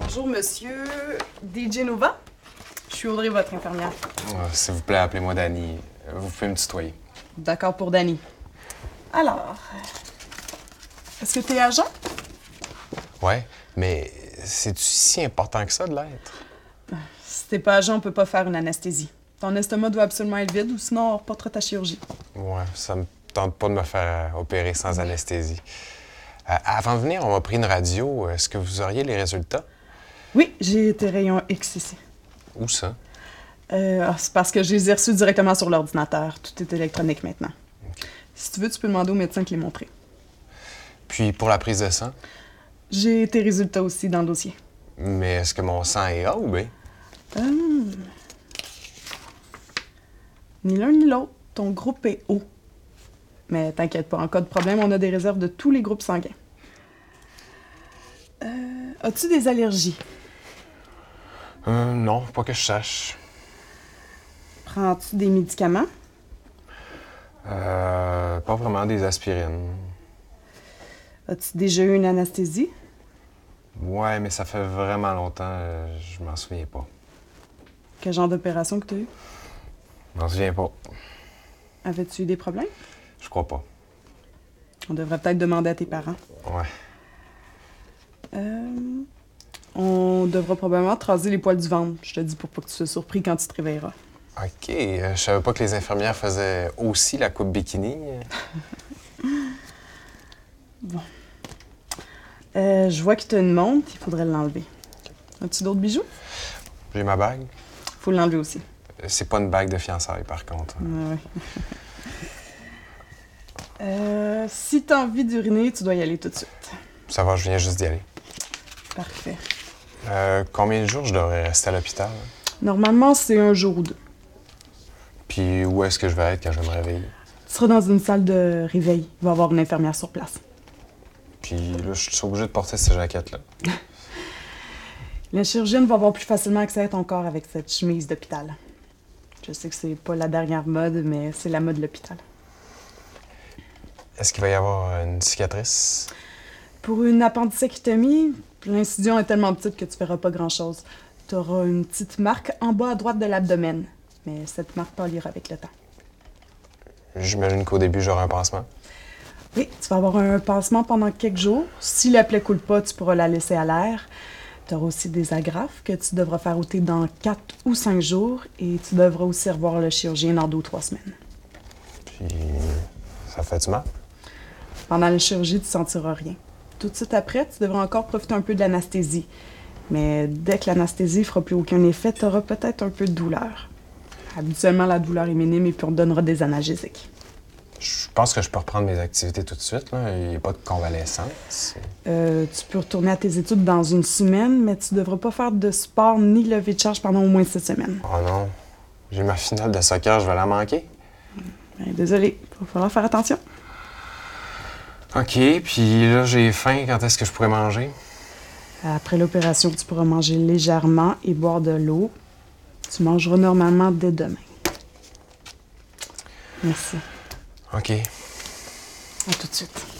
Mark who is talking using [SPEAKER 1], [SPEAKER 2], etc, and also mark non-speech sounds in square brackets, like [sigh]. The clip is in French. [SPEAKER 1] Bonjour, monsieur DJ Nova. Je suis Audrey, votre infirmière.
[SPEAKER 2] Euh, S'il vous plaît, appelez-moi Danny. Euh, Vous pouvez me tutoyer.
[SPEAKER 1] D'accord pour Danny. Alors, est-ce que t'es agent?
[SPEAKER 2] Ouais, mais c'est-tu si important que ça de l'être?
[SPEAKER 1] Si t'es pas agent, on peut pas faire une anesthésie. Ton estomac doit absolument être vide ou sinon on reportera ta chirurgie.
[SPEAKER 2] Ouais, ça me tente pas de me faire euh, opérer sans anesthésie. Euh, avant de venir, on m'a pris une radio. Est-ce que vous auriez les résultats?
[SPEAKER 1] Oui, j'ai tes rayons X ici.
[SPEAKER 2] Où ça?
[SPEAKER 1] Euh, ah, c'est parce que je les ai reçus directement sur l'ordinateur. Tout est électronique maintenant. Si tu veux, tu peux demander au médecin de les montrer.
[SPEAKER 2] Puis pour la prise de sang?
[SPEAKER 1] J'ai tes résultats aussi dans le dossier.
[SPEAKER 2] Mais est-ce que mon sang est A ou B?
[SPEAKER 1] Hum. Ni l'un ni l'autre, ton groupe est O. Mais t'inquiète pas, en cas de problème, on a des réserves de tous les groupes sanguins. Euh, As-tu des allergies?
[SPEAKER 2] Euh, non, pas que je sache.
[SPEAKER 1] Prends-tu des médicaments?
[SPEAKER 2] Euh, pas vraiment des aspirines.
[SPEAKER 1] As-tu déjà eu une anesthésie?
[SPEAKER 2] Ouais, mais ça fait vraiment longtemps, euh, je m'en souviens pas.
[SPEAKER 1] Quel genre d'opération que t'as eu?
[SPEAKER 2] Je m'en souviens pas.
[SPEAKER 1] Avais-tu eu des problèmes?
[SPEAKER 2] Je crois pas.
[SPEAKER 1] On devrait peut-être demander à tes parents.
[SPEAKER 2] Ouais.
[SPEAKER 1] Euh, on devra probablement te raser les poils du ventre, je te dis, pour pas que tu sois surpris quand tu te réveilleras.
[SPEAKER 2] OK. euh, je savais pas que les infirmières faisaient aussi la coupe bikini.
[SPEAKER 1] Euh, je vois qu'il t'a une montre, il faudrait l'enlever. As-tu d'autres bijoux?
[SPEAKER 2] J'ai ma bague. Euh,
[SPEAKER 1] Faut l'enlever aussi.
[SPEAKER 2] C'est pas une bague de fiançailles, par contre.
[SPEAKER 1] Ouais, [laughs] ouais. Euh, si t'as envie d'uriner, tu dois y aller tout de suite.
[SPEAKER 2] Ça va, je viens juste d'y aller.
[SPEAKER 1] Parfait.
[SPEAKER 2] Euh, combien de jours je devrais rester à l'hôpital?
[SPEAKER 1] Normalement, c'est un jour ou deux.
[SPEAKER 2] Puis où est-ce que je vais être quand je vais me réveiller?
[SPEAKER 1] Tu seras dans une salle de réveil. Il va y avoir une infirmière sur place.
[SPEAKER 2] Puis là, je suis obligé de porter cette jaquette-là.
[SPEAKER 1] La chirurgienne va avoir plus facilement accès à ton corps avec cette chemise d'hôpital. Je sais que c'est pas la dernière mode, mais c'est la mode de l'hôpital.
[SPEAKER 2] Est-ce qu'il va y avoir une cicatrice?
[SPEAKER 1] Pour une appendicectomie, l'incision est tellement petite que tu verras pas grand-chose. Tu auras une petite marque en bas à droite de l'abdomen, mais cette marque pâlira avec le temps.
[SPEAKER 2] J'imagine qu'au début, j'aurai un pansement.
[SPEAKER 1] Oui, tu vas avoir un pansement pendant quelques jours. Si la plaie coule pas, tu pourras la laisser à l'air. Tu auras aussi des agrafes que tu devras faire ôter dans 4 ou 5 jours et tu devras aussi revoir le chirurgien dans 2 ou 3 semaines.
[SPEAKER 2] Puis ça fait du mal?
[SPEAKER 1] Pendant la chirurgie, tu sentiras rien. Tout de suite après, tu devras encore profiter un peu de l'anesthésie. Mais dès que l'anesthésie fera plus aucun effet, tu auras peut-être un peu de douleur. Habituellement, la douleur est minime et puis on te donnera des analgésiques.
[SPEAKER 2] Je pense que je peux reprendre mes activités tout de suite. Là. Il n'y a pas de convalescence.
[SPEAKER 1] Euh, tu peux retourner à tes études dans une semaine, mais tu devras pas faire de sport ni lever de charge pendant au moins cette semaines.
[SPEAKER 2] Oh non. J'ai ma finale de soccer, je vais la manquer.
[SPEAKER 1] Ben, désolé, il va falloir faire attention.
[SPEAKER 2] OK, puis là, j'ai faim. Quand est-ce que je pourrais manger?
[SPEAKER 1] Après l'opération, tu pourras manger légèrement et boire de l'eau. Tu mangeras normalement dès demain. Merci.
[SPEAKER 2] OK.
[SPEAKER 1] À tout de suite.